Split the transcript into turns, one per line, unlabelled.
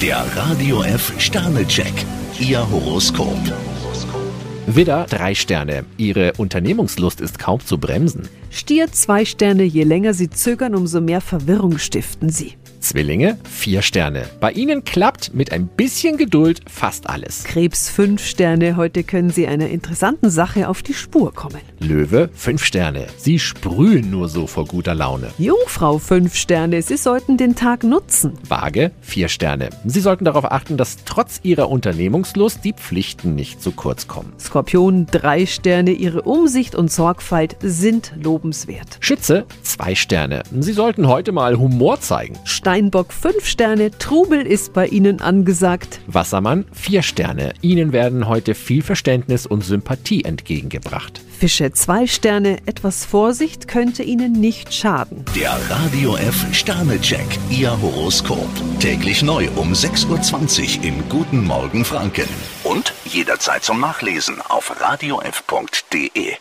Der Radio F Sternecheck, Ihr Horoskop.
Widder, drei Sterne. Ihre Unternehmungslust ist kaum zu bremsen.
Stier zwei Sterne, je länger Sie zögern, umso mehr Verwirrung stiften Sie.
Zwillinge, vier Sterne. Bei Ihnen klappt mit ein bisschen Geduld fast alles.
Krebs fünf Sterne, heute können Sie einer interessanten Sache auf die Spur kommen.
Löwe, fünf Sterne. Sie sprühen nur so vor guter Laune.
Jungfrau fünf Sterne, Sie sollten den Tag nutzen.
Waage, vier Sterne. Sie sollten darauf achten, dass trotz Ihrer Unternehmungslust die Pflichten nicht zu kurz kommen.
Skorpion drei Sterne, Ihre Umsicht und Sorgfalt sind lobenswert.
Schütze, zwei Sterne. Sie sollten heute mal Humor zeigen.
Steinbock fünf Sterne, Trubel ist bei Ihnen angesagt.
Wassermann, vier Sterne. Ihnen werden heute viel Verständnis und Sympathie entgegengebracht.
Fische zwei Sterne, etwas Vorsicht könnte Ihnen nicht schaden.
Der Radio F Sternecheck, Ihr Horoskop. Täglich neu um 6.20 Uhr im Guten Morgen Franken. Und jederzeit zum Nachlesen auf radiof.de.